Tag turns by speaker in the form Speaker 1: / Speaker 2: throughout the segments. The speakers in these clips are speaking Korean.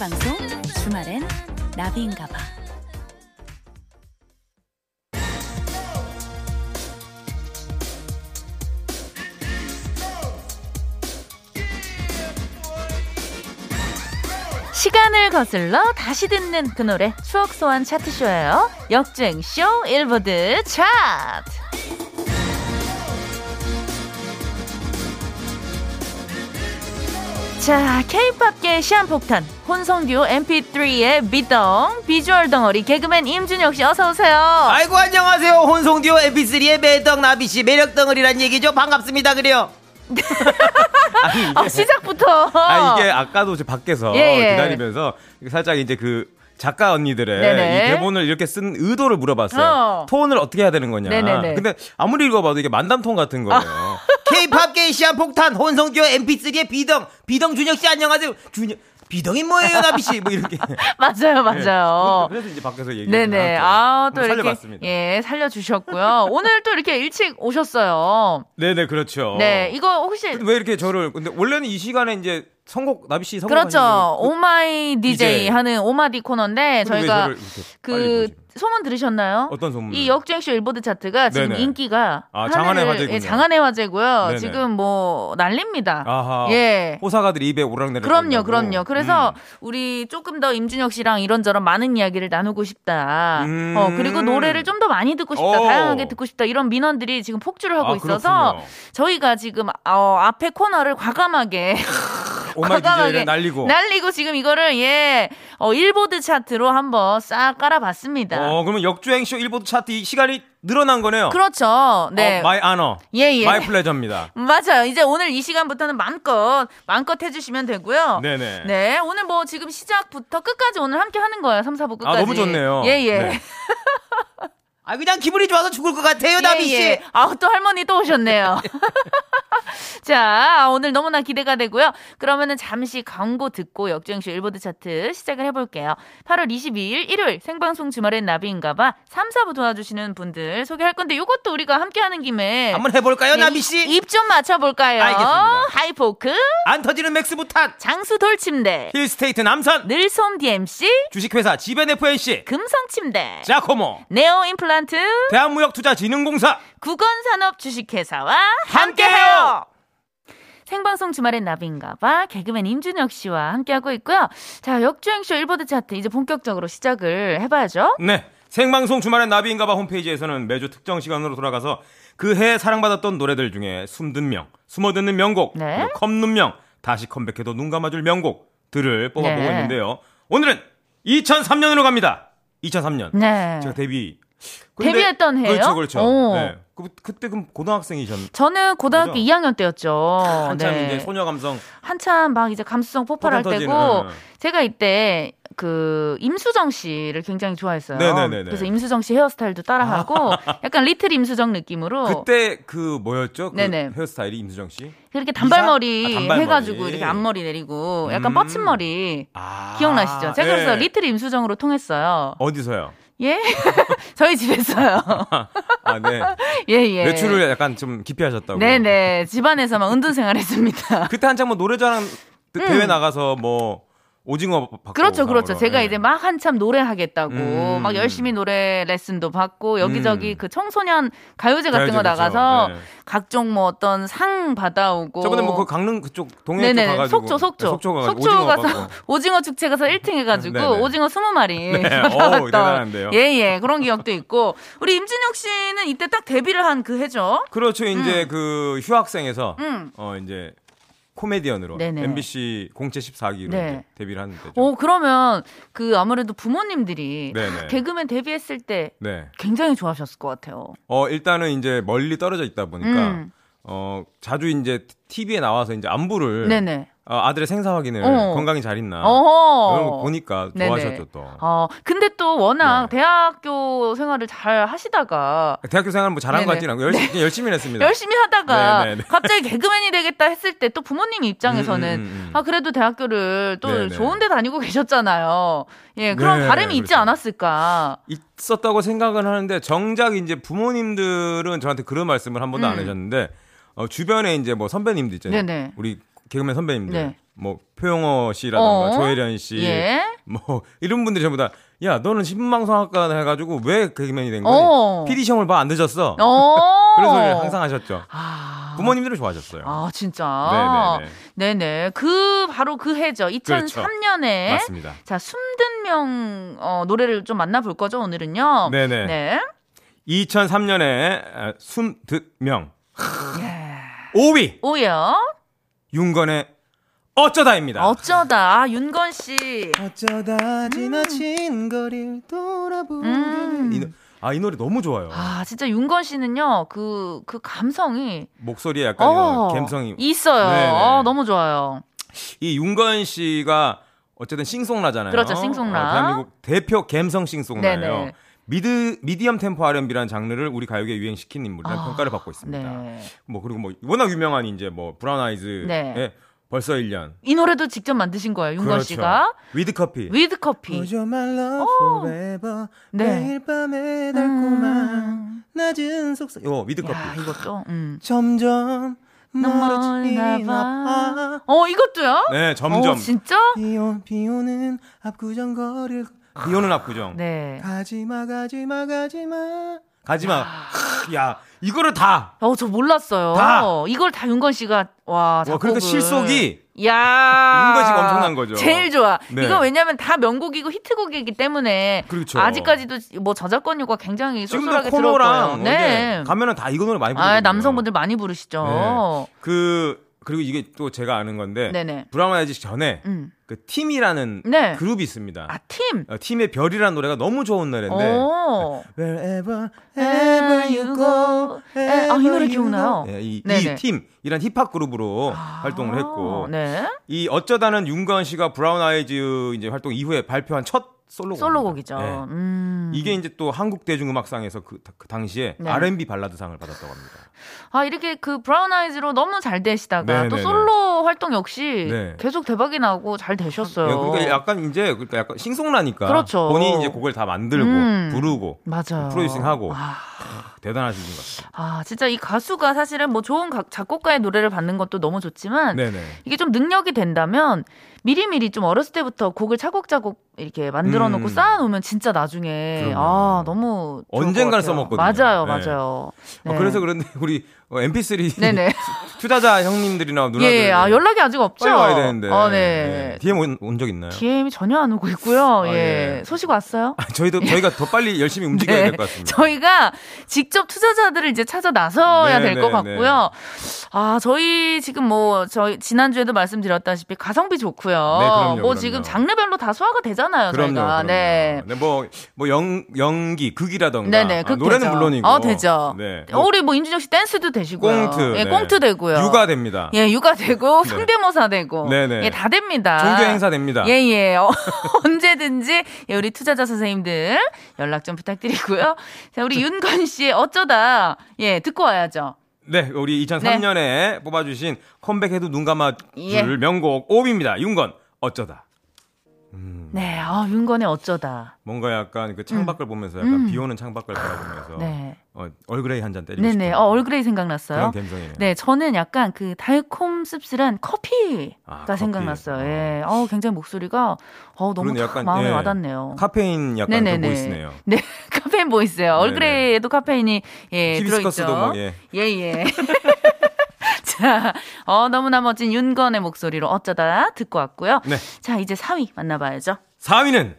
Speaker 1: 방송 주말엔 나비인가봐.
Speaker 2: 시간을 거슬러 다시 듣는 그 노래 추억 소환 차트쇼예요. 역주행쇼 일보드 차트. 자, 케이팝계의 시한폭탄, 혼성듀오 MP3의 미덩, 비주얼 덩어리 개그맨 임준혁 씨 어서 오세요.
Speaker 3: 아이고 안녕하세요 혼성듀오 MP3의 매덕 나비씨 매력덩어리란 얘기죠 반갑습니다 그래요 아니, 이게,
Speaker 2: 아, 시작부터.
Speaker 3: 네. 아, 이게 아까도 저 밖에서
Speaker 2: 어. 예, 예.
Speaker 3: 기다리면서 살짝 이제 그 작가 언니들의
Speaker 2: 네네.
Speaker 3: 이 대본을 이렇게 쓴 의도를 물어봤어요
Speaker 2: 어.
Speaker 3: 톤을 어떻게 해야 되는 거냐
Speaker 2: 네네네. 아.
Speaker 3: 근데 아무리 읽어봐도 이게 만담톤 같은 거예요 케이팝 게이시아 폭탄 혼성듀오 MP3의 비덩 비덩 준혁씨 안녕하세요 준혁 비덩이 뭐예요 나비씨 뭐 이렇게 그러니까
Speaker 2: 맞아요, 맞아요.
Speaker 3: 그래서 이제 밖에서 얘기
Speaker 2: 네네. 아, 또 이렇게.
Speaker 3: 살려봤습니다
Speaker 2: 예, 살려주셨고요. 오늘 또 이렇게 일찍 오셨어요.
Speaker 3: 네네 그렇죠
Speaker 2: 네, 이거 혹시.
Speaker 3: 근데 왜 이렇게 저를 근데 원래는 이 시간에 이제 선곡 나비 씨 선곡
Speaker 2: 그렇죠. 오마이 DJ
Speaker 3: DJ.
Speaker 2: 하는 오마디 코너인데 저희가 그 소문 들으셨나요?
Speaker 3: 어떤 소문?
Speaker 2: 이 역주행쇼 일보드 차트가 지금
Speaker 3: 네네.
Speaker 2: 인기가
Speaker 3: 아, 장안의
Speaker 2: 하늘을-
Speaker 3: 화제군요.
Speaker 2: 예, 장안의 화제고요.
Speaker 3: 네네.
Speaker 2: 지금 뭐 난립니다.
Speaker 3: 아하.
Speaker 2: 예.
Speaker 3: 호사가들이 입에 오락내락
Speaker 2: 그럼요,
Speaker 3: 거리냐고.
Speaker 2: 그럼요. 그래서
Speaker 3: 음.
Speaker 2: 우리 조금 더 임준혁 씨랑 이런저런 많은 이야기를 나누고 싶다.
Speaker 3: 음.
Speaker 2: 어, 그리고 노래를 좀 더 많이 듣고 싶다.
Speaker 3: 오.
Speaker 2: 다양하게 듣고 싶다. 이런 민원들이 지금 폭주를 하고
Speaker 3: 아,
Speaker 2: 있어서
Speaker 3: 그렇군요.
Speaker 2: 저희가 지금 어, 앞에 코너를 과감하게
Speaker 3: 오마이
Speaker 2: 과감하게
Speaker 3: DJ를 날리고
Speaker 2: 날리고 지금 이거를 예 어, 일보드 차트로 한번 싹 깔아봤습니다.
Speaker 3: 어 그러면 역주행 쇼 일보드 차트 이 시간이 늘어난 거네요.
Speaker 2: 그렇죠. 네.
Speaker 3: 어, 마이 아너.
Speaker 2: 예, 예.
Speaker 3: 마이 플레저입니다.
Speaker 2: 맞아요. 이제 오늘 이 시간부터는 마음껏 마음껏 해주시면 되고요.
Speaker 3: 네네.
Speaker 2: 네, 오늘 뭐 지금 시작부터 끝까지 오늘 함께 하는 거예요. 3, 4부
Speaker 3: 아
Speaker 2: 끝까지.
Speaker 3: 너무 좋네요.
Speaker 2: 예, 예.
Speaker 3: 네. 아 그냥 기분이 좋아서 죽을 것
Speaker 2: 예,
Speaker 3: 같아요, 나비 씨.
Speaker 2: 아, 또 할머니 또 오셨네요. 자, 아, 오늘 너무나 기대가 되고요. 그러면은 잠시 광고 듣고 역주행쇼 일보드 차트 시작을 해볼게요. 8월 22일 일요일 생방송 주말엔 나비인가봐 3, 4부 도와주시는 분들 소개할 건데 이것도 우리가 함께 하는 김에
Speaker 3: 한번
Speaker 2: 네.
Speaker 3: 해볼까요, 나비 씨?
Speaker 2: 입 좀 맞춰볼까요?
Speaker 3: 알겠습니다.
Speaker 2: 하이포크,
Speaker 3: 안 터지는 맥스 부탄.
Speaker 2: 장수 돌침대,
Speaker 3: 힐스테이트 남산.
Speaker 2: 늘솜 DMC,
Speaker 3: 주식회사 지벤 FNC.
Speaker 2: 금성침대,
Speaker 3: 자코모.
Speaker 2: 네오 임플란트,
Speaker 3: 대한무역투자진흥공사.
Speaker 2: 국원산업 주식회사와 함께해요.
Speaker 3: 함께해요.
Speaker 2: 생방송 주말엔 나비인가봐 개그맨 임준혁 씨와 함께하고 있고요. 자 역주행쇼 일보드 차트 이제 본격적으로 시작을 해봐야죠.
Speaker 3: 네. 생방송 주말엔 나비인가봐 홈페이지에서는 매주 특정 시간으로 돌아가서 그 해 사랑받았던 노래들 중에 숨든 명, 숨어듣는 명곡,
Speaker 2: 네.
Speaker 3: 그리고 겁는 명, 다시 컴백해도 눈 감아줄 명곡들을 뽑아보고
Speaker 2: 네.
Speaker 3: 있는데요. 오늘은 2003년으로 갑니다. 2003년.
Speaker 2: 네.
Speaker 3: 제가 데뷔.
Speaker 2: 데뷔했던 해예요?
Speaker 3: 그렇죠, 그렇죠.
Speaker 2: 오. 아, 네.
Speaker 3: 네. 그, 그때 그럼 고등학생이셨.
Speaker 2: 저는 고등학교
Speaker 3: 그죠?
Speaker 2: 2학년 때였죠.
Speaker 3: 한참
Speaker 2: 네.
Speaker 3: 이제 소녀 감성.
Speaker 2: 한참 막 이제 감수성 폭발할
Speaker 3: 폭탄 터지는, 어.
Speaker 2: 때고
Speaker 3: 응, 응.
Speaker 2: 제가 이때 그 임수정 씨를 굉장히 좋아했어요.
Speaker 3: 네네네네. 아.
Speaker 2: 그래서 임수정 씨 헤어스타일도 따라하고 약간 리틀 임수정 느낌으로
Speaker 3: 그때 그 뭐였죠? 그
Speaker 2: 어. 네네.
Speaker 3: 헤어스타일이 임수정 씨.
Speaker 2: 그렇게 단발머리
Speaker 3: 이사? 아, 단발머리.
Speaker 2: 해가지고 이렇게 앞머리 내리고 약간
Speaker 3: 음.
Speaker 2: 뻗친 머리
Speaker 3: 아.
Speaker 2: 기억나시죠? 제가
Speaker 3: 예.
Speaker 2: 그래서 리틀 임수정으로 통했어요.
Speaker 3: 어디서요?
Speaker 2: 예? 저희 집에서요.
Speaker 3: 아, 네.
Speaker 2: 예, 예.
Speaker 3: 외출을 약간 좀 기피하셨다고.
Speaker 2: 네네. 집안에서 막 은둔 생활 했습니다.
Speaker 3: 그때 한창 뭐 노래자랑 대회 나가서 뭐 오징어 받고
Speaker 2: 음. 그렇죠, 그렇죠.
Speaker 3: 상으로.
Speaker 2: 제가
Speaker 3: 예.
Speaker 2: 이제 막 한참 노래하겠다고,
Speaker 3: 음.
Speaker 2: 막 열심히 노래 레슨도 받고, 여기저기
Speaker 3: 음.
Speaker 2: 그 청소년 가요제 같은
Speaker 3: 가요제
Speaker 2: 거
Speaker 3: 그렇죠.
Speaker 2: 나가서
Speaker 3: 네.
Speaker 2: 각종 뭐 어떤 상 받아오고.
Speaker 3: 저번에 뭐그 강릉 그쪽 동해 쪽
Speaker 2: 네네
Speaker 3: 가가지고
Speaker 2: 속초 속초
Speaker 3: 네, 속초 가가지고
Speaker 2: 속초
Speaker 3: 오징어
Speaker 2: 가서
Speaker 3: 받고.
Speaker 2: 오징어 축제 가서 1등 해가지고
Speaker 3: 네네.
Speaker 2: 오징어 20마리
Speaker 3: 네, 어우, 대단한데요.
Speaker 2: 예예 그런 기억도 있고 우리 임진혁 씨는 이때 딱 데뷔를 한 그 해죠
Speaker 3: 그렇죠. 이제 그 휴학생에서
Speaker 2: 음.
Speaker 3: 어 이제 코미디언으로
Speaker 2: 네네.
Speaker 3: MBC 공채 14기로
Speaker 2: 네.
Speaker 3: 데뷔를 하는 데죠.
Speaker 2: 오 그러면 그 아무래도 부모님들이
Speaker 3: 네네.
Speaker 2: 다 개그맨 데뷔했을 때
Speaker 3: 네.
Speaker 2: 굉장히 좋아하셨을 것 같아요
Speaker 3: 어 일단은 이제 멀리 떨어져 있다 보니까
Speaker 2: 음.
Speaker 3: 어 자주 이제 TV에 나와서 이제 안부를
Speaker 2: 네네
Speaker 3: 어, 아들의 생사 확인을
Speaker 2: 어.
Speaker 3: 건강이 잘 있나
Speaker 2: 어허.
Speaker 3: 이런 거 아, 보니까
Speaker 2: 네네.
Speaker 3: 좋아하셨죠 또.
Speaker 2: 어, 근데 또 워낙
Speaker 3: 네.
Speaker 2: 대학교 생활을 잘 하시다가
Speaker 3: 대학교 생활 뭐 잘한 것
Speaker 2: 네네.
Speaker 3: 같진 않고 열심히 그냥 열심히 했습니다.
Speaker 2: 열심히 하다가
Speaker 3: 네, 네, 네.
Speaker 2: 갑자기 개그맨이 되겠다 했을 때 또 부모님 입장에서는
Speaker 3: 음, 음, 음, 음.
Speaker 2: 아 그래도 대학교를 또
Speaker 3: 네, 네.
Speaker 2: 좋은데 다니고 계셨잖아요. 예, 그런
Speaker 3: 네,
Speaker 2: 바람이 있지
Speaker 3: 그렇죠.
Speaker 2: 않았을까.
Speaker 3: 있었다고 생각은 하는데 정작 이제 부모님들은 저한테 그런 말씀을 한 번도
Speaker 2: 음.
Speaker 3: 안 하셨는데 어, 주변에 이제 뭐 선배님들 있잖아요.
Speaker 2: 네네.
Speaker 3: 우리 개그맨 선배님들
Speaker 2: 네.
Speaker 3: 뭐 표영호 씨라던가
Speaker 2: 어?
Speaker 3: 조혜련 씨
Speaker 2: 예.
Speaker 3: 뭐 이런 분들이 전부 다야 너는 신문방송학과 해가지고 왜 개그맨이 된
Speaker 2: 어.
Speaker 3: 거니? PD 시험을 봐 안 늦었어.
Speaker 2: 어.
Speaker 3: 그런 소리를 항상 하셨죠.
Speaker 2: 아.
Speaker 3: 부모님들은 좋아하셨어요.
Speaker 2: 아, 진짜. 네네. 그 바로 그 해죠. 2003년에
Speaker 3: 그렇죠. 맞습니다.
Speaker 2: 자, 숨든 명 어, 노래를 좀 만나 볼 거죠, 오늘은요.
Speaker 3: 네네.
Speaker 2: 네.
Speaker 3: 2003년에 아, 숨듣명
Speaker 2: 예.
Speaker 3: 5위
Speaker 2: 오요.
Speaker 3: 윤건의 어쩌다입니다.
Speaker 2: 어쩌다 아, 윤건 씨.
Speaker 3: 어쩌다 지나친 거리를 돌아보는
Speaker 2: 음.
Speaker 3: 이 노- 아, 이 노래 너무 좋아요.
Speaker 2: 아, 진짜 윤건 씨는요. 그 그 감성이 어,
Speaker 3: 목소리에 약간 이런 감성이
Speaker 2: 있어요.
Speaker 3: 네네.
Speaker 2: 어, 너무 좋아요.
Speaker 3: 이 윤건 씨가 어쨌든 싱송라잖아요.
Speaker 2: 그렇죠, 싱송라.
Speaker 3: 아, 대한민국 대표 감성 싱송라예요.
Speaker 2: 네네.
Speaker 3: 미드 미디엄 템포 R&B라는 장르를 우리 가요계에 유행시킨 인물이라는
Speaker 2: 아,
Speaker 3: 네, 평가를 받고 있습니다.
Speaker 2: 네.
Speaker 3: 뭐 그리고 뭐 워낙 유명한 이제 뭐 브라운 아이즈의 예,
Speaker 2: 네.
Speaker 3: 벌써 1년.
Speaker 2: 이 노래도 직접 만드신 거예요, 윤건
Speaker 3: 그렇죠.
Speaker 2: 씨가.
Speaker 3: 위드 커피.
Speaker 2: 위드 커피. 어.
Speaker 3: Put your my love forever.
Speaker 2: 네.
Speaker 3: 매일 밤에 달콤한
Speaker 2: 음.
Speaker 3: 낮은 속삭. 요 위드 커피.
Speaker 2: 야, 이것도. 음.
Speaker 3: 점점
Speaker 2: 멀나
Speaker 3: 멀어지나
Speaker 2: 봐.
Speaker 3: 봐.
Speaker 2: 어, 이것도요?
Speaker 3: 네, 점점.
Speaker 2: 어, 진짜?
Speaker 3: 비오, 비오는 압구정 거리를 비오는 압구정.
Speaker 2: 네.
Speaker 3: 가지마 가지마 가지마. 가지마. 크, 야, 이거를 다.
Speaker 2: 어, 저 몰랐어요.
Speaker 3: 다.
Speaker 2: 이걸 다 윤건 씨가 와, 아, 작곡을.
Speaker 3: 그러니까 실속이
Speaker 2: 야.
Speaker 3: 윤건 씨가 엄청난 거죠.
Speaker 2: 제일 좋아.
Speaker 3: 네.
Speaker 2: 이거 왜냐면 다 명곡이고 히트곡이기 때문에
Speaker 3: 그렇죠.
Speaker 2: 아직까지도 뭐 저작권료가 굉장히
Speaker 3: 지금도
Speaker 2: 쏠쏠하게 들어올 거예요.
Speaker 3: 코너랑
Speaker 2: 네.
Speaker 3: 네. 가면은 다 이거 노래 많이 부르거든요.
Speaker 2: 아, 남성분들 많이 부르시죠.
Speaker 3: 그 그리고 이게 또 제가 아는 건데
Speaker 2: 네, 네.
Speaker 3: 브라운 아이즈 전에
Speaker 2: 음.
Speaker 3: 그 팀이라는
Speaker 2: 네.
Speaker 3: 그룹이 있습니다.
Speaker 2: 아, 팀.
Speaker 3: 어, 팀의 별이라는 노래가 너무 좋은 노래인데
Speaker 2: 어.
Speaker 3: Wherever,
Speaker 2: ever you go, 에, 아, 이 노래 기억나요?
Speaker 3: 네, 이,
Speaker 2: 네네.
Speaker 3: 이 팀, 이란 힙합 그룹으로
Speaker 2: 아,
Speaker 3: 네. 활동을 했고
Speaker 2: 네.
Speaker 3: 이 어쩌다는 윤건 씨가 브라운 아이즈 이제 활동 이후에 발표한 첫 솔로곡.
Speaker 2: 솔로곡이죠.
Speaker 3: 네.
Speaker 2: 음.
Speaker 3: 이게 이제 또 한국 대중음악상에서 그, 그 당시에
Speaker 2: 네.
Speaker 3: R&B 발라드상을 받았다고 합니다.
Speaker 2: 아 이렇게 그 브라운 아이즈로 너무 잘 되시다가
Speaker 3: 네,
Speaker 2: 또
Speaker 3: 네,
Speaker 2: 솔로 활동 역시
Speaker 3: 네.
Speaker 2: 계속 대박이 나고 잘 되셨어요.
Speaker 3: 예, 그러니까 약간 이제 그러니까 약간 싱송라니까
Speaker 2: 그렇죠.
Speaker 3: 본인이 이제 곡을 다 만들고
Speaker 2: 음.
Speaker 3: 부르고
Speaker 2: 맞아요.
Speaker 3: 프로듀싱하고.
Speaker 2: 아,
Speaker 3: 대단하신 분 같아요.
Speaker 2: 아, 진짜 이 가수가 사실은 뭐 좋은 가- 작곡가의 노래를 받는 것도 너무 좋지만
Speaker 3: 네네.
Speaker 2: 이게 좀 능력이 된다면 미리미리 좀 어렸을 때부터 곡을 차곡차곡 이렇게 만들어 놓고
Speaker 3: 음.
Speaker 2: 쌓아놓으면 진짜 나중에
Speaker 3: 그럼요.
Speaker 2: 아 너무 좋을
Speaker 3: 언젠간
Speaker 2: 것 같아요.
Speaker 3: 써먹거든요.
Speaker 2: 맞아요,
Speaker 3: 네.
Speaker 2: 맞아요.
Speaker 3: 어,
Speaker 2: 네.
Speaker 3: 그래서 그런데 우리 어, MP3
Speaker 2: 네네.
Speaker 3: 투자자 형님들이나 누나들
Speaker 2: 예, 아 연락이 아직 없죠.
Speaker 3: 빨리 와야 되는데.
Speaker 2: 어,
Speaker 3: 예.
Speaker 2: 네.
Speaker 3: DM 온 적 있나요?
Speaker 2: DM이 전혀 안 오고 있고요.
Speaker 3: 아,
Speaker 2: 예.
Speaker 3: 예.
Speaker 2: 소식 왔어요?
Speaker 3: 아, 저희도 저희가 더 빨리 열심히 움직여야
Speaker 2: 예. 네.
Speaker 3: 될 것 같습니다.
Speaker 2: 저희가 직접 투자자들을 이제 찾아 나서야
Speaker 3: 네,
Speaker 2: 될 것
Speaker 3: 네,
Speaker 2: 같고요. 아, 저희 지금 뭐, 저희 지난주에도 말씀드렸다시피 가성비 좋고요.
Speaker 3: 네, 그럼요,
Speaker 2: 뭐
Speaker 3: 그럼요.
Speaker 2: 지금 장르별로 다 소화가 되잖아요,
Speaker 3: 그럼요.
Speaker 2: 저희가.
Speaker 3: 그럼요.
Speaker 2: 네.
Speaker 3: 뭐, 뭐 연, 연기, 극이라던가.
Speaker 2: 네네,
Speaker 3: 아,
Speaker 2: 극
Speaker 3: 노래는
Speaker 2: 되죠.
Speaker 3: 물론이고.
Speaker 2: 어, 되죠.
Speaker 3: 네.
Speaker 2: 어, 우리 뭐 인준혁 씨 댄스도 되시고요.
Speaker 3: 꽁트.
Speaker 2: 예,
Speaker 3: 네.
Speaker 2: 꽁트 되고요.
Speaker 3: 육아 됩니다.
Speaker 2: 예, 육아 되고
Speaker 3: 네.
Speaker 2: 성대모사 되고.
Speaker 3: 네네.
Speaker 2: 예, 다 됩니다.
Speaker 3: 종교 행사 됩니다.
Speaker 2: 예, 예. 어, 언제든지 예, 우리 투자자 선생님들 연락 좀 부탁드리고요. 자, 우리 윤건 씨의 어쩌다 예, 듣고 와야죠.
Speaker 3: 네, 우리 2003년에 뽑아주신 컴백해도 눈 감아 줄
Speaker 2: 네. 예.
Speaker 3: 명곡 5위입니다. 윤건, 어쩌다. 음.
Speaker 2: 네. 어, 윤건의 어쩌다.
Speaker 3: 뭔가 약간 그 창밖을 보면서 약간
Speaker 2: 음.
Speaker 3: 비 오는 창밖을 바라보면서
Speaker 2: 네.
Speaker 3: 어, 얼그레이 한 잔 때리고
Speaker 2: 네,
Speaker 3: 싶은
Speaker 2: 네. 어, 얼그레이 생각났어요.
Speaker 3: 그런 감성이네요.
Speaker 2: 네, 저는 약간 그 달콤 씁쓸한 커피가
Speaker 3: 아, 커피.
Speaker 2: 생각났어요.
Speaker 3: 어.
Speaker 2: 예. 어, 굉장히 목소리가 어, 너무
Speaker 3: 그런
Speaker 2: 탁
Speaker 3: 약간,
Speaker 2: 마음에
Speaker 3: 예.
Speaker 2: 와닿네요.
Speaker 3: 카페인 약간 그
Speaker 2: 네네네.
Speaker 3: 보이스네요.
Speaker 2: 네, 카페인 보이스요. 얼그레이에도 카페인이 예,
Speaker 3: 히비스커스도
Speaker 2: 들어있죠.
Speaker 3: 뭐, 예.
Speaker 2: 예, 예. 자, 어, 너무나 멋진 윤건의 목소리로 어쩌다 듣고 왔고요.
Speaker 3: 네.
Speaker 2: 자, 이제 4위 만나봐야죠.
Speaker 3: 4위는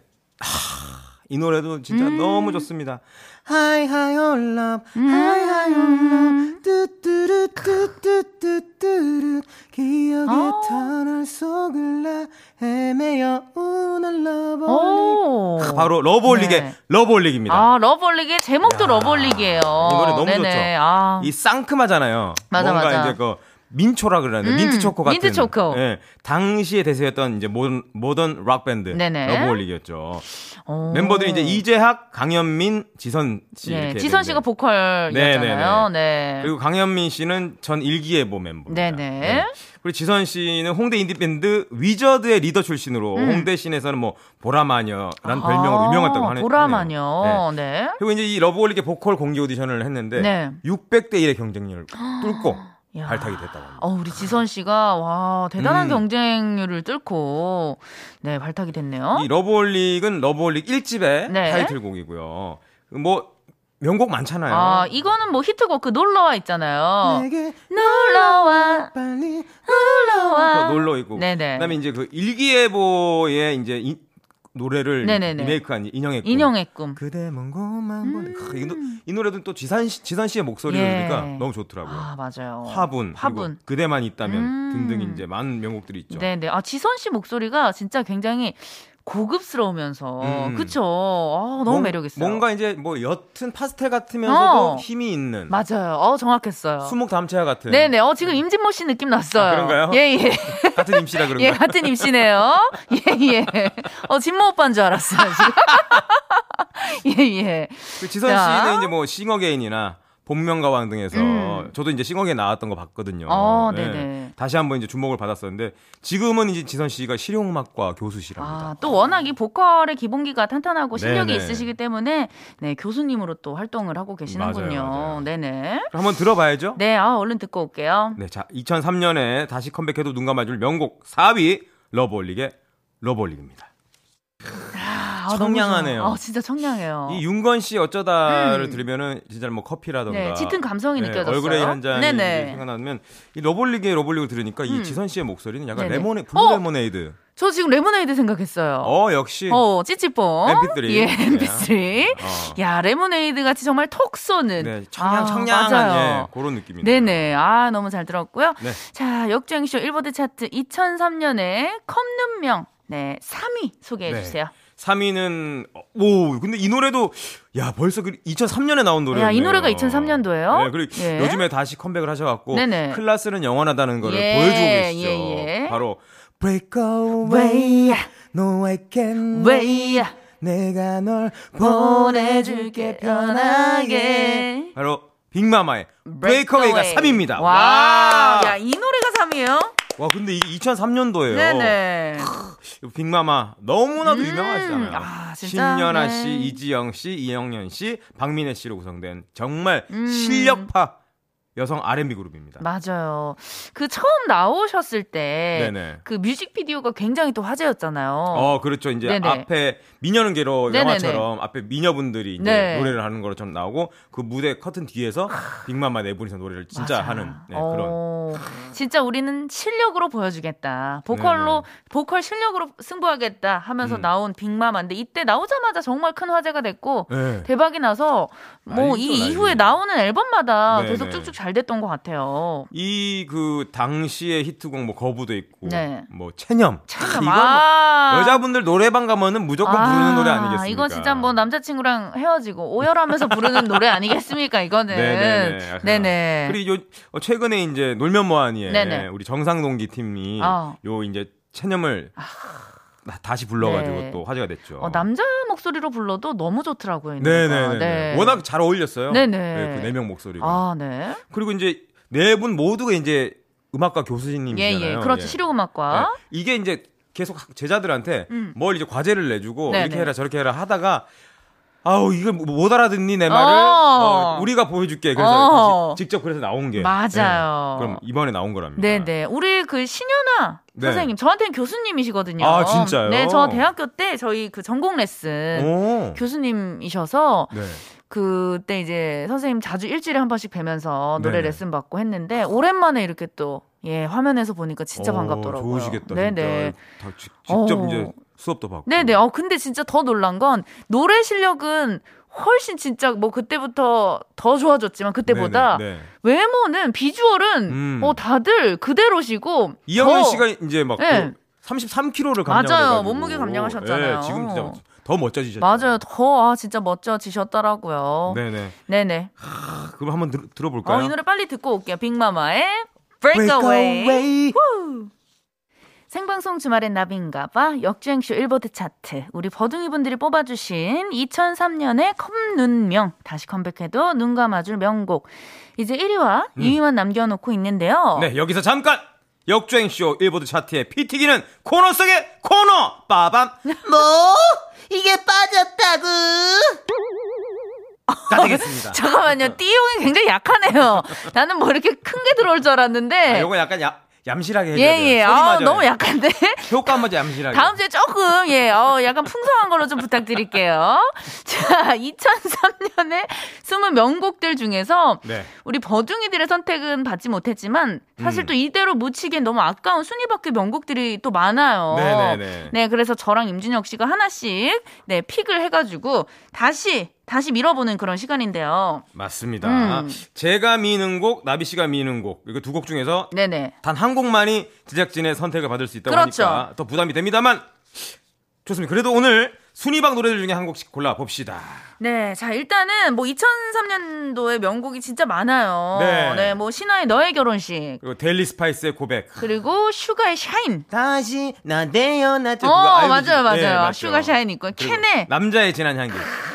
Speaker 3: 이 노래도 진짜
Speaker 2: 음.
Speaker 3: 너무 좋습니다. Hi Hi All Love, Hi Hi All
Speaker 2: 음.
Speaker 3: Love, 뚜뚜루 뚜뚜뚜뚜루 기억의
Speaker 2: 아.
Speaker 3: 터널 속을 나 헤매여 오늘 러브
Speaker 2: 오.
Speaker 3: 어, 바로 러브홀릭의
Speaker 2: 어. 네.
Speaker 3: 러브홀릭입니다.
Speaker 2: 아, 러브올릭의 제목도 러브올릭이에요.
Speaker 3: 이 노래 너무
Speaker 2: 어, 네네.
Speaker 3: 좋죠.
Speaker 2: 아.
Speaker 3: 이 쌍큼하잖아요.
Speaker 2: 맞아,
Speaker 3: 뭔가
Speaker 2: 맞아.
Speaker 3: 이제 그 민초라 그러는데
Speaker 2: 음,
Speaker 3: 민트 초코 같은.
Speaker 2: 민트 초코.
Speaker 3: 예, 당시에 대세였던 이제 모던, 모던 락 밴드
Speaker 2: 네네.
Speaker 3: 러브홀릭이었죠.
Speaker 2: 오.
Speaker 3: 멤버들이 이제 이재학, 강현민, 지선 씨
Speaker 2: 어. 네,
Speaker 3: 이렇게
Speaker 2: 지선 씨가
Speaker 3: 있는데.
Speaker 2: 보컬이었잖아요. 네.
Speaker 3: 그리고 강현민 씨는 전 일기예보 멤버입니다.
Speaker 2: 네네.
Speaker 3: 그리고 지선 씨는 홍대 인디밴드 위저드의 리더 출신으로 홍대 씬에서는 뭐 보라마녀라는 예. 별명으로
Speaker 2: 음. 아,
Speaker 3: 유명했다고 하네요.
Speaker 2: 보라마녀. 네.
Speaker 3: 그리고 이제 이 러브홀릭의 보컬 공개 오디션을 했는데
Speaker 2: 네.
Speaker 3: 600대 1의 경쟁률을 뚫고
Speaker 2: 야.
Speaker 3: 발탁이 됐다고 합니다.
Speaker 2: 어, 우리 지선 씨가 와 대단한
Speaker 3: 음.
Speaker 2: 경쟁률을 뚫고 네 발탁이 됐네요.
Speaker 3: 이 러브홀릭은 러브홀릭 1집의
Speaker 2: 네.
Speaker 3: 타이틀곡이고요. 뭐 명곡 많잖아요.
Speaker 2: 아 이거는 어. 뭐 히트곡 그 놀러와 있잖아요.
Speaker 3: 내게
Speaker 2: 놀러와
Speaker 3: 빨리
Speaker 2: 놀러와.
Speaker 3: 또그 놀러 있고
Speaker 2: 아. 네네.
Speaker 3: 그다음에 이제 그 일기예보의 이제 이, 노래를
Speaker 2: 네네네.
Speaker 3: 리메이크한 인형의 꿈.
Speaker 2: 인형의 꿈.
Speaker 3: 그대 먼 곳만 보내. 크, 이, 노, 이 노래도 또 지산 씨, 지산 씨의 목소리를
Speaker 2: 예.
Speaker 3: 들으니까 너무 좋더라고요.
Speaker 2: 아 맞아요.
Speaker 3: 화분,
Speaker 2: 화분.
Speaker 3: 그리고 그대만 있다면
Speaker 2: 음.
Speaker 3: 등등 이제 많은 명곡들이 있죠.
Speaker 2: 네네. 아 지선 씨 목소리가 진짜 굉장히 고급스러우면서
Speaker 3: 음.
Speaker 2: 그쵸. 아, 너무
Speaker 3: 뭔-
Speaker 2: 매력있어요.
Speaker 3: 뭔가 이제 뭐 옅은 파스텔 같으면서도
Speaker 2: 어.
Speaker 3: 힘이 있는
Speaker 2: 맞아요. 어 정확했어요.
Speaker 3: 수목 담채와 같은
Speaker 2: 네네. 어 지금 임진모 씨 느낌 났어요.
Speaker 3: 아, 그런가요?
Speaker 2: 예예.
Speaker 3: 같은 임시라
Speaker 2: 예,
Speaker 3: 그런가?
Speaker 2: 같은 임씨네요. 예, 예. 어, 진모 오빠인 줄 알았어요, 지금. 예, 예.
Speaker 3: 그 지선
Speaker 2: 자.
Speaker 3: 씨는 이제 뭐 싱어게인이나 본명가왕 등에서
Speaker 2: 음.
Speaker 3: 저도 이제 싱어게인 나왔던 거 봤거든요.
Speaker 2: 어,
Speaker 3: 네.
Speaker 2: 네네.
Speaker 3: 다시 한번 이제 주목을 받았었는데 지금은 이제 지선 씨가 실용음악과 교수시랍니다.
Speaker 2: 아, 또 워낙 이 보컬의 기본기가 탄탄하고 실력이
Speaker 3: 네네.
Speaker 2: 있으시기 때문에, 네, 교수님으로 또 활동을 하고 계시는군요.
Speaker 3: 맞아요, 맞아요.
Speaker 2: 네네.
Speaker 3: 한번 들어봐야죠.
Speaker 2: 네, 아, 얼른 듣고 올게요.
Speaker 3: 네, 자, 2003년에 다시 컴백해도 눈 감아줄 명곡 4위 러브올릭의 러브올릭입니다.
Speaker 2: 아,
Speaker 3: 청량하네요.
Speaker 2: 너무 좋아. 아, 진짜 청량해요.
Speaker 3: 이 윤건 씨 어쩌다를
Speaker 2: 음.
Speaker 3: 들으면은 진짜 뭐 커피라던가
Speaker 2: 네, 짙은 감성이 느껴졌어요.
Speaker 3: 얼굴에 한 잔이
Speaker 2: 네네.
Speaker 3: 이제 생각나면 이 러블릭의 러블릭을 들으니까
Speaker 2: 음.
Speaker 3: 이 지선 씨의 목소리는 약간
Speaker 2: 네네.
Speaker 3: 레모네 블루
Speaker 2: 어!
Speaker 3: 레모네이드.
Speaker 2: 저 지금 레모네이드 생각했어요.
Speaker 3: 어, 역시
Speaker 2: 어, 찌찌뽕.
Speaker 3: MP3.
Speaker 2: 예,
Speaker 3: 네.
Speaker 2: MP3.
Speaker 3: 어.
Speaker 2: 야, 레모네이드 같이 정말 톡 쏘는.
Speaker 3: 네, 청량
Speaker 2: 아,
Speaker 3: 청량한
Speaker 2: 맞아요.
Speaker 3: 예, 그런 느낌입니다.
Speaker 2: 네네. 아, 너무 잘 들었고요.
Speaker 3: 네.
Speaker 2: 자, 역주행쇼 일보드 차트 2003년에 컵눈명. 네, 3위 소개해
Speaker 3: 네.
Speaker 2: 주세요.
Speaker 3: 3위는 오, 근데 이 노래도 야, 벌써 그 2003년에 나온 노래예요.
Speaker 2: 야, 이 노래가 2003년도 예요?
Speaker 3: 네, 그리고
Speaker 2: 예.
Speaker 3: 요즘에 다시 컴백을 하셔 갖고
Speaker 2: 네네.
Speaker 3: 클라스는 영원하다는 거를
Speaker 2: 예,
Speaker 3: 보여주고 계시죠.
Speaker 2: 예, 예.
Speaker 3: 바로 Break away. No I can't
Speaker 2: 웨이
Speaker 3: 내가 널
Speaker 2: 보내줄게 편하게.
Speaker 3: 바로 빅마마의 브레이크웨이가 3위입니다. 와.
Speaker 2: 와, 야, 이 노래가 3위예요?
Speaker 3: 와, 근데 이게 2003년도예요.
Speaker 2: 네네.
Speaker 3: 빅마마 너무나도
Speaker 2: 음,
Speaker 3: 유명하시잖아요.
Speaker 2: 아, 진짜?
Speaker 3: 신연아
Speaker 2: 네.
Speaker 3: 씨, 이지영 씨, 이영년 씨, 박민혜 씨로 구성된 정말
Speaker 2: 음.
Speaker 3: 실력파 여성 R&B 그룹입니다.
Speaker 2: 맞아요. 그 처음 나오셨을 때.
Speaker 3: 네네.
Speaker 2: 그 뮤직비디오가 굉장히 또 화제였잖아요.
Speaker 3: 어, 그렇죠. 이제
Speaker 2: 네네.
Speaker 3: 앞에 미녀는 괴로
Speaker 2: 네네네.
Speaker 3: 영화처럼 앞에 미녀분들이 이제
Speaker 2: 네.
Speaker 3: 노래를 하는 것처럼 나오고 그 무대 커튼 뒤에서 빅마마 네 분이서 노래를 진짜
Speaker 2: 맞아.
Speaker 3: 하는 네, 그런
Speaker 2: 어, 진짜 우리는 실력으로 보여주겠다. 보컬로 보컬 실력으로 승부하겠다 하면서
Speaker 3: 음.
Speaker 2: 나온 빅마마인데 이때 나오자마자 정말 큰 화제가 됐고
Speaker 3: 네.
Speaker 2: 대박이 나서 뭐
Speaker 3: 난리죠,
Speaker 2: 이
Speaker 3: 난리.
Speaker 2: 이후에 나오는 앨범마다
Speaker 3: 네,
Speaker 2: 계속
Speaker 3: 네.
Speaker 2: 쭉쭉 잘 됐던 것 같아요.
Speaker 3: 이 그 당시의 히트곡 뭐 거부도 있고
Speaker 2: 네.
Speaker 3: 뭐 체념
Speaker 2: 참,
Speaker 3: 이건
Speaker 2: 아.
Speaker 3: 여자분들 노래방 가면은 무조건
Speaker 2: 아,
Speaker 3: 부르는 노래 아니겠습니까?
Speaker 2: 이건 진짜 뭐 남자친구랑 헤어지고 오열하면서 부르는 노래 아니겠습니까? 이거는
Speaker 3: 네네네.
Speaker 2: 네네.
Speaker 3: 그리고 요 어, 최근에 이제 놀면 뭐하니에
Speaker 2: 네네.
Speaker 3: 우리 정상동기 팀이
Speaker 2: 아.
Speaker 3: 요 이제 체념을 나- 다시 불러가지고
Speaker 2: 네.
Speaker 3: 또 화제가 됐죠.
Speaker 2: 어, 남자 목소리로 불러도 너무 좋더라고요. 이 노래가.
Speaker 3: 네네네.
Speaker 2: 네.
Speaker 3: 워낙 잘 어울렸어요.
Speaker 2: 네네.
Speaker 3: 그네 명 목소리가.
Speaker 2: 아 네.
Speaker 3: 그리고 이제 네 분 모두가 이제 음악과 교수님이잖아요.
Speaker 2: 예예 그렇죠
Speaker 3: 예.
Speaker 2: 실용음악과
Speaker 3: 네. 이게 이제 계속 학- 제자들한테
Speaker 2: 음.
Speaker 3: 뭘 이제 과제를 내주고
Speaker 2: 네,
Speaker 3: 이렇게
Speaker 2: 네.
Speaker 3: 해라 저렇게 해라 하다가 아우 이걸 뭐- 못 알아듣니 내 말을
Speaker 2: 어.
Speaker 3: 어, 우리가 보여줄게 그래서
Speaker 2: 어.
Speaker 3: 다시 직접 그래서 나온 게
Speaker 2: 맞아요.
Speaker 3: 네. 그럼 이번에 나온 거랍니다.
Speaker 2: 네네 우리 그 신현아
Speaker 3: 네.
Speaker 2: 선생님 저한테는 교수님이시거든요
Speaker 3: 아, 진짜요?
Speaker 2: 네저 대학교 때 저희 그 전공 레슨
Speaker 3: 오.
Speaker 2: 교수님이셔서
Speaker 3: 네.
Speaker 2: 그때 이제 선생님 자주 일주일에 한 번씩 뵈면서 노래
Speaker 3: 네네.
Speaker 2: 레슨 받고 했는데 오랜만에 이렇게 또 예, 화면에서 보니까 진짜
Speaker 3: 오,
Speaker 2: 반갑더라고요.
Speaker 3: 어, 좋으시겠다.
Speaker 2: 네네.
Speaker 3: 진짜. 다 지- 직접
Speaker 2: 어.
Speaker 3: 이제 수업도 받고.
Speaker 2: 네네. 어, 근데 진짜 더 놀란 건 노래 실력은 훨씬 진짜 뭐 그때부터 더 좋아졌지만 그때보다
Speaker 3: 네네, 네.
Speaker 2: 외모는 비주얼은
Speaker 3: 음.
Speaker 2: 어 다들 그대로시고
Speaker 3: 이영현
Speaker 2: 더-
Speaker 3: 씨가 이제 막
Speaker 2: 네.
Speaker 3: 33kg를 감량.
Speaker 2: 맞아요. 몸무게 감량하셨잖아요.
Speaker 3: 지금 진짜 더 멋져지셨죠.
Speaker 2: 맞아요 더 아 진짜 멋져지셨더라고요.
Speaker 3: 네네.
Speaker 2: 네. 네
Speaker 3: 아, 그럼 한번 들, 들어볼까요?
Speaker 2: 어, 이 노래 빨리 듣고 올게요. 빅마마의 Breakaway. 생방송 주말엔 나비인가봐 역주행쇼 일보드 차트 우리 버둥이분들이 뽑아주신 2003년의 컵눈명 다시 컴백해도 눈 감아줄 명곡 이제 1위와 2위만 남겨놓고
Speaker 3: 음.
Speaker 2: 있는데요.
Speaker 3: 네, 여기서 잠깐! 역주행쇼 일보드 차트의 피 튀기는 코너 속의 코너! 빠밤!
Speaker 4: 뭐? 이게 빠졌다고?
Speaker 3: 다 되겠습니다.
Speaker 2: 잠깐만요. 띠용이 굉장히 약하네요. 나는 뭐 이렇게 큰 게 들어올 줄
Speaker 3: 아,
Speaker 2: 알았는데.
Speaker 3: 요거 약간 야, 얌실하게 해줘야 돼요.
Speaker 2: 네.
Speaker 3: 소리
Speaker 2: 예예. 아,
Speaker 3: 맞아야
Speaker 2: 너무
Speaker 3: 돼요.
Speaker 2: 약한데.
Speaker 3: 효과마저 얌실하게.
Speaker 2: 다음 주에 조금 예, 어, 약간 풍성한 걸로 좀 부탁드릴게요. 자, 2003년에 숨은 명곡들 중에서
Speaker 3: 네.
Speaker 2: 우리 버둥이들의 선택은 받지 못했지만 사실
Speaker 3: 음.
Speaker 2: 또 이대로 묻히기엔 너무 아까운 순위 밖의 명곡들이 또 많아요.
Speaker 3: 네네네.
Speaker 2: 네, 그래서 저랑 임준혁 씨가 하나씩 네 픽을 해가지고 다시 다시 밀어보는 그런 시간인데요.
Speaker 3: 맞습니다.
Speaker 2: 음.
Speaker 3: 제가 미는 곡, 나비 씨가 미는 곡. 이거 두 곡 중에서
Speaker 2: 네네.
Speaker 3: 단 한 곡만이 제작진의 선택을 받을 수 있다고
Speaker 2: 그렇죠.
Speaker 3: 하니까 더 부담이 됩니다만 좋습니다. 그래도 오늘 순위방 노래들 중에 한 곡씩 골라 봅시다.
Speaker 2: 네, 자 일단은 뭐 2003년도의 명곡이 진짜 많아요.
Speaker 3: 네.
Speaker 2: 뭐 신화의 너의 결혼식
Speaker 3: 그리고 데일리 스파이스의 고백.
Speaker 2: 그리고 슈가의 샤인.
Speaker 3: 다시 나 되어나죠.
Speaker 2: 어 맞아요 맞아요. 슈가 샤인 있고
Speaker 3: 네, 그리고
Speaker 2: 캔의
Speaker 3: 남자의 진한 향기.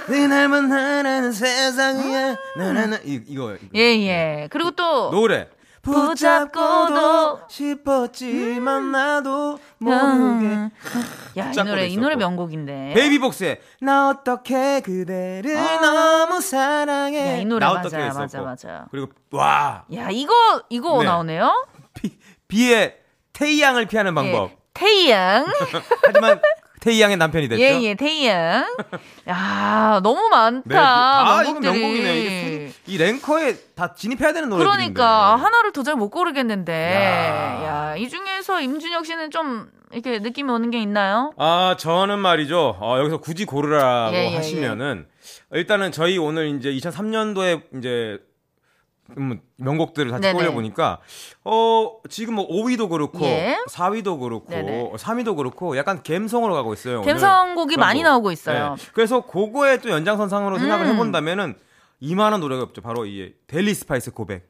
Speaker 3: 내 삶은 네 하나는 세상이야. 나나나 이- 이거. 이거.
Speaker 2: 예예.
Speaker 3: 네.
Speaker 2: 그리고 또
Speaker 3: 노래.
Speaker 2: 붙잡고도
Speaker 3: 싶었지만 나도
Speaker 2: 음. 야이
Speaker 3: 붙잡고
Speaker 2: 노래 이
Speaker 3: 있었고.
Speaker 2: 노래 명곡인데.
Speaker 3: 베이비복스의 나 어떻게 그대를 너무 사랑해.
Speaker 2: 아. 야, 이 노래
Speaker 3: 나
Speaker 2: 맞아,
Speaker 3: 어떻게
Speaker 2: 맞아,
Speaker 3: 있었고.
Speaker 2: 맞아.
Speaker 3: 그리고 와
Speaker 2: 야 이거 이거
Speaker 3: 네.
Speaker 2: 나오네요.
Speaker 3: 비, 비의 태희양을 피하는 방법.
Speaker 2: 예. 태양.
Speaker 3: 하지만 태희양의 남편이 됐죠.
Speaker 2: 예, 예, 태양. 야, 너무 많다.
Speaker 3: 네, 아 이건
Speaker 2: 명곡들이.
Speaker 3: 명곡이네. 이게 순- 이 랭커에 다 진입해야 되는 노래.
Speaker 2: 그러니까 아, 하나를 도저히 못 고르겠는데.
Speaker 3: 야.
Speaker 2: 야, 이 중에서 임준혁 씨는 좀 이렇게 느낌이 오는 게 있나요?
Speaker 3: 아, 저는 말이죠. 어, 여기서 굳이 고르라고
Speaker 2: 예, 예,
Speaker 3: 하시면은 일단은 저희 오늘 이제 2003년도에 이제 음, 명곡들을 다시
Speaker 2: 네네.
Speaker 3: 떠올려 보니까 어 지금 뭐 5위도 그렇고
Speaker 2: 예.
Speaker 3: 4위도 그렇고
Speaker 2: 네네.
Speaker 3: 3위도 그렇고 약간 갬성으로 가고 있어요. 오늘.
Speaker 2: 갬성곡이
Speaker 3: 그런
Speaker 2: 많이
Speaker 3: 거.
Speaker 2: 나오고 있어요.
Speaker 3: 네. 그래서 그거에 또 연장선상으로 생각을
Speaker 2: 음.
Speaker 3: 해본다면은 이만한 노래가 없죠. 바로 이 데일리 스파이스 고백.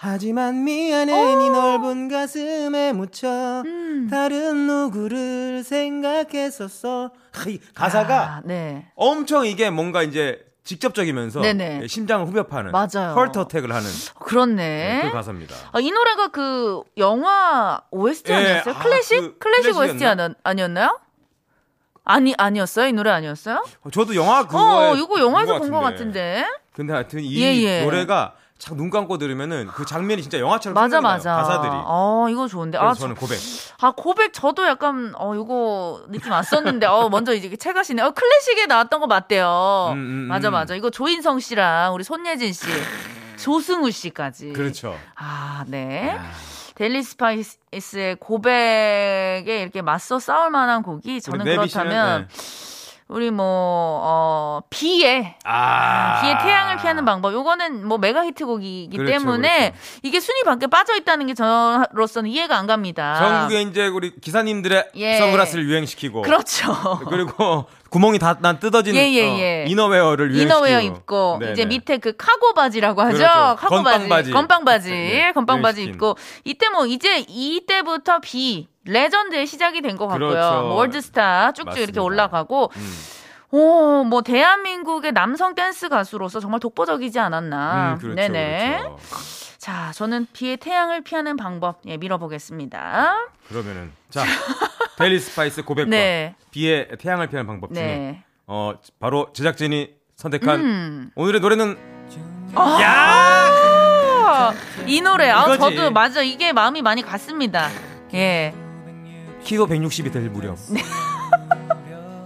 Speaker 3: 하지만 미안해
Speaker 2: 어.
Speaker 3: 니 넓은 가슴에 묻혀
Speaker 2: 음.
Speaker 3: 다른 누구를 생각했었어. 아, 이 가사가
Speaker 2: 아, 네.
Speaker 3: 엄청 이게 뭔가 이제 직접적이면서
Speaker 2: 네네.
Speaker 3: 예, 심장을 후벼파는
Speaker 2: 맞아요.
Speaker 3: 헐트 어택을 하는
Speaker 2: 그렇네.
Speaker 3: 예, 그 가사입니다.
Speaker 2: 아, 이 노래가 그 영화 OST
Speaker 3: 예,
Speaker 2: 아니었어요?
Speaker 3: 아,
Speaker 2: 클래식?
Speaker 3: 그
Speaker 2: 클래식
Speaker 3: 클래식이었나?
Speaker 2: OST 아니, 아니었나요? 아니 아니었어요? 이 노래 아니었어요?
Speaker 3: 어, 저도 영화 그거에
Speaker 2: 어, 이거 영화에서 본 것
Speaker 3: 본것
Speaker 2: 같은데.
Speaker 3: 근데 하여튼 이
Speaker 2: 예, 예.
Speaker 3: 노래가 착 눈 감고 들으면은 그 장면이 진짜 영화처럼
Speaker 2: 맞아
Speaker 3: 생각나요.
Speaker 2: 맞아.
Speaker 3: 가사들이.
Speaker 2: 어, 이거 좋은데.
Speaker 3: 그래서
Speaker 2: 아, 저-
Speaker 3: 저는 고백.
Speaker 2: 아 고백 저도 약간 어 이거 느낌 왔었는데 어 먼저 이제 채가시네. 어 클래식에 나왔던 거 맞대요.
Speaker 3: 음, 음, 음.
Speaker 2: 맞아 맞아. 이거 조인성 씨랑 우리 손예진 씨, 조승우 씨까지.
Speaker 3: 그렇죠.
Speaker 2: 아 네. 데일리 스파이스의 고백에 이렇게 맞서 싸울 만한 곡이 저는
Speaker 3: 우리 네비
Speaker 2: 그렇다면
Speaker 3: 씨는,
Speaker 2: 우리 뭐, 뭐어 비의
Speaker 3: 아.
Speaker 2: 비의 태양을 피하는 방법. 요거는 뭐 메가 히트곡이기
Speaker 3: 그렇죠,
Speaker 2: 때문에
Speaker 3: 그렇죠.
Speaker 2: 이게 순위 밖에 빠져 있다는 게 저로서는 이해가 안 갑니다.
Speaker 3: 전국에 이제 우리 기사님들의
Speaker 2: 아. 예.
Speaker 3: 선글라스를 유행시키고
Speaker 2: 그렇죠.
Speaker 3: 그리고 구멍이 다 난 뜯어진
Speaker 2: 예, 예, 예.
Speaker 3: 어, 이너웨어를 유행시키고
Speaker 2: 이너웨어 입고
Speaker 3: 네,
Speaker 2: 이제
Speaker 3: 네.
Speaker 2: 밑에 그 카고 바지라고 하죠.
Speaker 3: 그렇죠.
Speaker 2: 카고
Speaker 3: 건빵 바지.
Speaker 2: 건빵 바지,
Speaker 3: 네,
Speaker 2: 건빵 바지
Speaker 3: 유행시킨.
Speaker 2: 입고 이때 뭐 이제 이때부터 비 레전드의 시작이 된 것 같고요.
Speaker 3: 그렇죠.
Speaker 2: 뭐 월드스타 쭉쭉 이렇게
Speaker 3: 맞습니다.
Speaker 2: 올라가고
Speaker 3: 음.
Speaker 2: 오, 뭐 대한민국의 남성 댄스 가수로서 정말 독보적이지 않았나.
Speaker 3: 음, 그렇죠,
Speaker 2: 아, 네네.
Speaker 3: 그렇죠.
Speaker 2: 자, 저는 비의 태양을 피하는 방법 예, 밀어보겠습니다.
Speaker 3: 그러면은 자 데일리 스파이스 고백과
Speaker 2: 네.
Speaker 3: 비의 태양을 피하는 방법 중에
Speaker 2: 네.
Speaker 3: 어 바로 제작진이 네. 선택한
Speaker 2: 음.
Speaker 3: 오늘의 노래는
Speaker 2: 아, 이 노래. 아,
Speaker 3: 이거지.
Speaker 2: 저도 맞아. 이게 마음이 많이 갔습니다. 예.
Speaker 3: 키도 160이 될 무렵.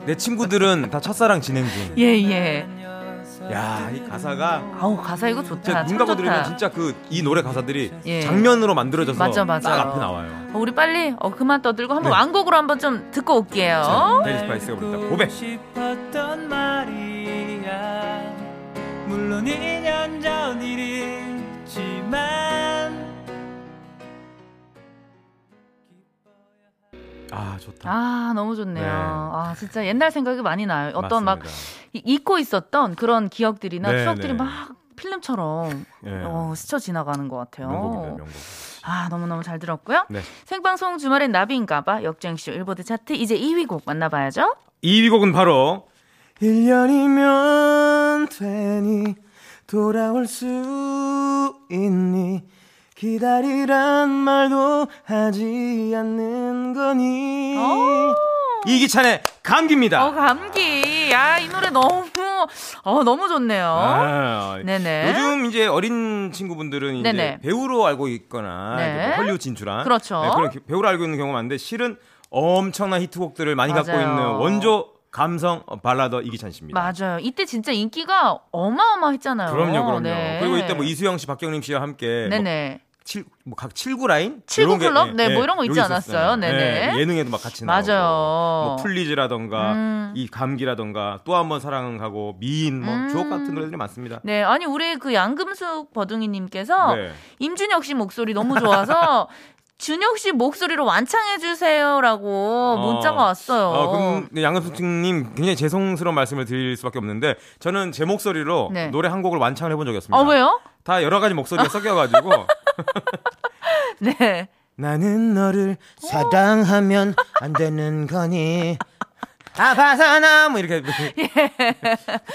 Speaker 3: 내 친구들은 다 첫사랑 진행 중.
Speaker 2: 예, 예.
Speaker 3: 야, 이 가사가
Speaker 2: 아우, 가사 이거
Speaker 3: 진짜
Speaker 2: 좋다.
Speaker 3: 눈
Speaker 2: 참
Speaker 3: 감고
Speaker 2: 좋다.
Speaker 3: 들으면 진짜 그 이 노래 가사들이
Speaker 2: 예.
Speaker 3: 장면으로 만들어져서
Speaker 2: 맞아, 맞아.
Speaker 3: 딱 앞에 나와요.
Speaker 2: 어, 우리 빨리 어, 그만 떠들고 한번
Speaker 3: 네.
Speaker 2: 왕곡으로 한번 좀 듣고 올게요.
Speaker 3: 데일리 스파이스가 부른다. 고백.
Speaker 4: 싶었던 말이야 물론 1년 전 일이지만
Speaker 3: 아, 좋다.
Speaker 2: 아, 너무 좋네요.
Speaker 3: 네.
Speaker 2: 아, 진짜 옛날 생각이 많이 나요. 어떤 막
Speaker 3: 맞습니다.
Speaker 2: 이- 잊고 있었던 그런 기억들이나
Speaker 3: 네,
Speaker 2: 추억들이
Speaker 3: 네.
Speaker 2: 막 필름처럼
Speaker 3: 예.
Speaker 2: 어, 스쳐 지나가는 것 같아요.
Speaker 3: 명곡이네, 명곡.
Speaker 2: 아, 너무너무 잘 들었고요.
Speaker 3: 네.
Speaker 2: 생방송 주말엔 나비인가봐. 역주행쇼 일보드 차트 이제 2위 곡 만나봐야죠.
Speaker 3: 2위 곡은 바로 1년이면 되니 돌아올 수 있니 기다리란 말도 하지 않는 거니
Speaker 2: 오.
Speaker 3: 이기찬의 감기입니다
Speaker 2: 어, 감기. 야, 이 노래 너무 어, 너무 좋네요.
Speaker 3: 아,
Speaker 2: 네네.
Speaker 3: 요즘 이제 어린 친구분들은 이제
Speaker 2: 네네.
Speaker 3: 배우로 알고 있거나
Speaker 2: 네.
Speaker 3: 이제 뭐 헐리우드 진출한 네,
Speaker 2: 그렇죠.
Speaker 3: 그런 기- 배우로 알고 있는 경우가 많은데 실은 엄청난 히트곡들을 많이 갖고
Speaker 2: 맞아요.
Speaker 3: 있는 원조 감성 발라더 이기찬 씨입니다.
Speaker 2: 맞아요. 이때 진짜 인기가 어마어마했잖아요.
Speaker 3: 그럼요, 그럼요.
Speaker 2: 네.
Speaker 3: 그리고 이때 뭐 이수영 씨, 박경림 씨와 함께 뭐
Speaker 2: 네네.
Speaker 3: 칠, 뭐각 7구 라인?
Speaker 2: 칠구
Speaker 3: 이런 게-
Speaker 2: 클럽? 네, 뭐 이런 거
Speaker 3: 요게
Speaker 2: 있지
Speaker 3: 있었어요.
Speaker 2: 않았어요? 네네.
Speaker 3: 예, 예능에도 막 같이 나오고.
Speaker 2: 맞아요.
Speaker 3: 뭐 풀리즈라던가
Speaker 2: 음.
Speaker 3: 이 감기라던가 또 한 번 사랑하고 미인 뭐
Speaker 2: 음.
Speaker 3: 주옥 같은 노래들이 많습니다.
Speaker 2: 네, 아니 우리 그 양금숙 버둥이님께서
Speaker 3: 네.
Speaker 2: 임준혁 씨 목소리 너무 좋아서 준혁 씨 목소리로 완창해 주세요라고
Speaker 3: 어.
Speaker 2: 문자가 왔어요.
Speaker 3: 어, 그럼 양금숙님 굉장히 죄송스러운 말씀을 드릴 수밖에 없는데 저는 제 목소리로
Speaker 2: 네.
Speaker 3: 노래 한 곡을 완창을 해본 적이 없습니다.
Speaker 2: 아 왜요?
Speaker 3: 다 여러 가지 목소리가 섞여가지고
Speaker 2: 네.
Speaker 3: 나는 너를 사랑하면 안 되는 거니 아바사나 뭐 이렇게
Speaker 2: 예.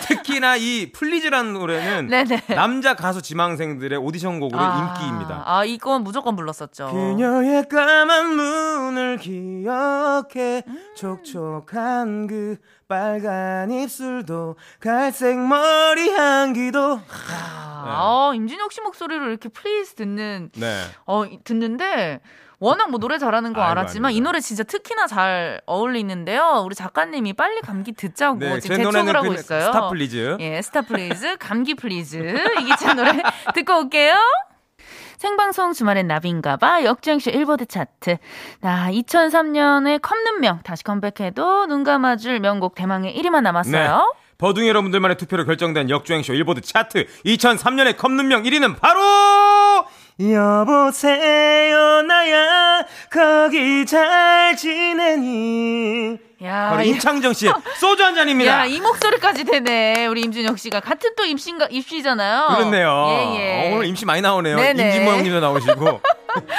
Speaker 3: 특히나 이 플리즈라는 노래는
Speaker 2: 네네.
Speaker 3: 남자 가수 지망생들의 오디션 곡으로 인기입니다.
Speaker 2: 아, 이건 무조건 불렀었죠.
Speaker 3: 그녀의 까만 눈을 기억해 촉촉한 그 빨간 입술도 갈색 머리 향기도
Speaker 2: 아, 어, 임준혁 씨 목소리로 이렇게 플리즈 듣는
Speaker 3: 네.
Speaker 2: 어 이- 듣는데 워낙 뭐 노래 잘하는 거
Speaker 3: 아이고,
Speaker 2: 알았지만
Speaker 3: 아닙니다.
Speaker 2: 이 노래 진짜 특히나 잘 어울리는데요. 우리 작가님이 빨리 감기 듣자고
Speaker 3: 네,
Speaker 2: 뭐 지금
Speaker 3: 제 노래는
Speaker 2: 재촉을 하고
Speaker 3: 그냥
Speaker 2: 있어요.
Speaker 3: 스타 플리즈.
Speaker 2: 예, 스타 플리즈, 감기 플리즈. 이기찬 노래 듣고 올게요. 생방송 주말엔 나비인가봐 역주행쇼 1보드 차트. 나 2003년에 컵눈명 다시 컴백해도 눈 감아줄 명곡 대망의 1위만 남았어요.
Speaker 3: 버둥이 여러분들만의 투표로 결정된 역주행쇼 일보드 차트 2003년의 컵눈명 1위는 바로 여보세요 나야 거기 잘 지내니
Speaker 2: 야,
Speaker 3: 네. 바로
Speaker 2: 아, 이-
Speaker 3: 임창정 씨의 소주 한 잔입니다.
Speaker 2: 야, 이 목소리까지 되네. 우리 임준혁 씨가 같은 또 임신가 입시잖아요.
Speaker 3: 그렇네요.
Speaker 2: 예, 예.
Speaker 3: 어, 오늘 임시 많이 나오네요.
Speaker 2: 네네.
Speaker 3: 임진모 형님도 나오시고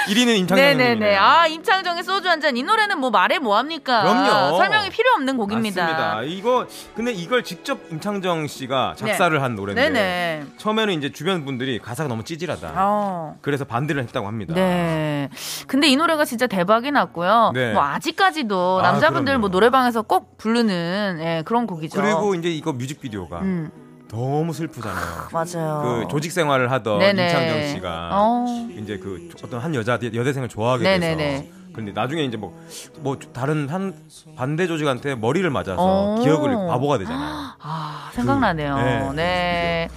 Speaker 3: 1위는
Speaker 2: 네네네.
Speaker 3: 임창정님이네요.
Speaker 2: 아, 임창정의 소주 한 잔. 이 노래는 뭐 말해 뭐합니까?
Speaker 3: 그럼요.
Speaker 2: 설명이 필요 없는 곡입니다.
Speaker 3: 맞습니다. 이거 근데 이걸 직접 임창정 씨가 작사를 한 노래인데
Speaker 2: 네. 네네.
Speaker 3: 처음에는 이제 주변 분들이 가사가 너무 찌질하다.
Speaker 2: 어.
Speaker 3: 그래서 반대를 했다고 합니다.
Speaker 2: 네. 근데 이 노래가 진짜 대박이 났고요.
Speaker 3: 네.
Speaker 2: 뭐 아직까지도
Speaker 3: 아,
Speaker 2: 남자분들
Speaker 3: 그럼요.
Speaker 2: 뭐 노래방에서 꼭 부르는 예, 그런 곡이죠.
Speaker 3: 그리고 이제 이거 뮤직비디오가
Speaker 2: 음,
Speaker 3: 너무 슬프잖아요.
Speaker 2: 맞아요.
Speaker 3: 그 조직 생활을 하던
Speaker 2: 네네.
Speaker 3: 임창정 씨가
Speaker 2: 어.
Speaker 3: 이제 그 어떤 한 여자 여대생을 좋아하게
Speaker 2: 네네네.
Speaker 3: 돼서 근데 나중에 이제 뭐 뭐 다른 한 반대 조직한테 머리를 맞아서
Speaker 2: 어.
Speaker 3: 기억을 잃고 바보가 되잖아요.
Speaker 2: 아, 생각나네요.
Speaker 3: 네,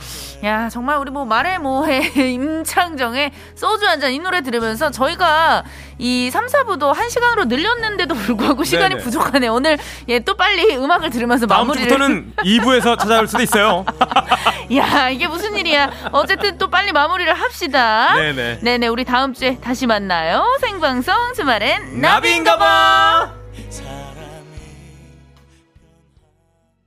Speaker 2: 네. 야, 정말 우리 뭐 말해 뭐해 임창정의 소주 한 잔 이 노래 들으면서 저희가 이 3, 4부도 한시간으로 늘렸는데도 불구하고 시간이
Speaker 3: 네네.
Speaker 2: 부족하네요. 오늘 예, 또 빨리 음악을 들으면서
Speaker 3: 다음
Speaker 2: 마무리를
Speaker 3: 주부터는 2부에서 찾아올 수도 있어요.
Speaker 2: 야, 이게 무슨 일이야. 어쨌든 또 빨리 마무리를 합시다.
Speaker 3: 네네.
Speaker 2: 네네, 우리 다음 주에 다시 만나요. 생방송 주말엔 나비인가봐.
Speaker 3: 나비인가봐.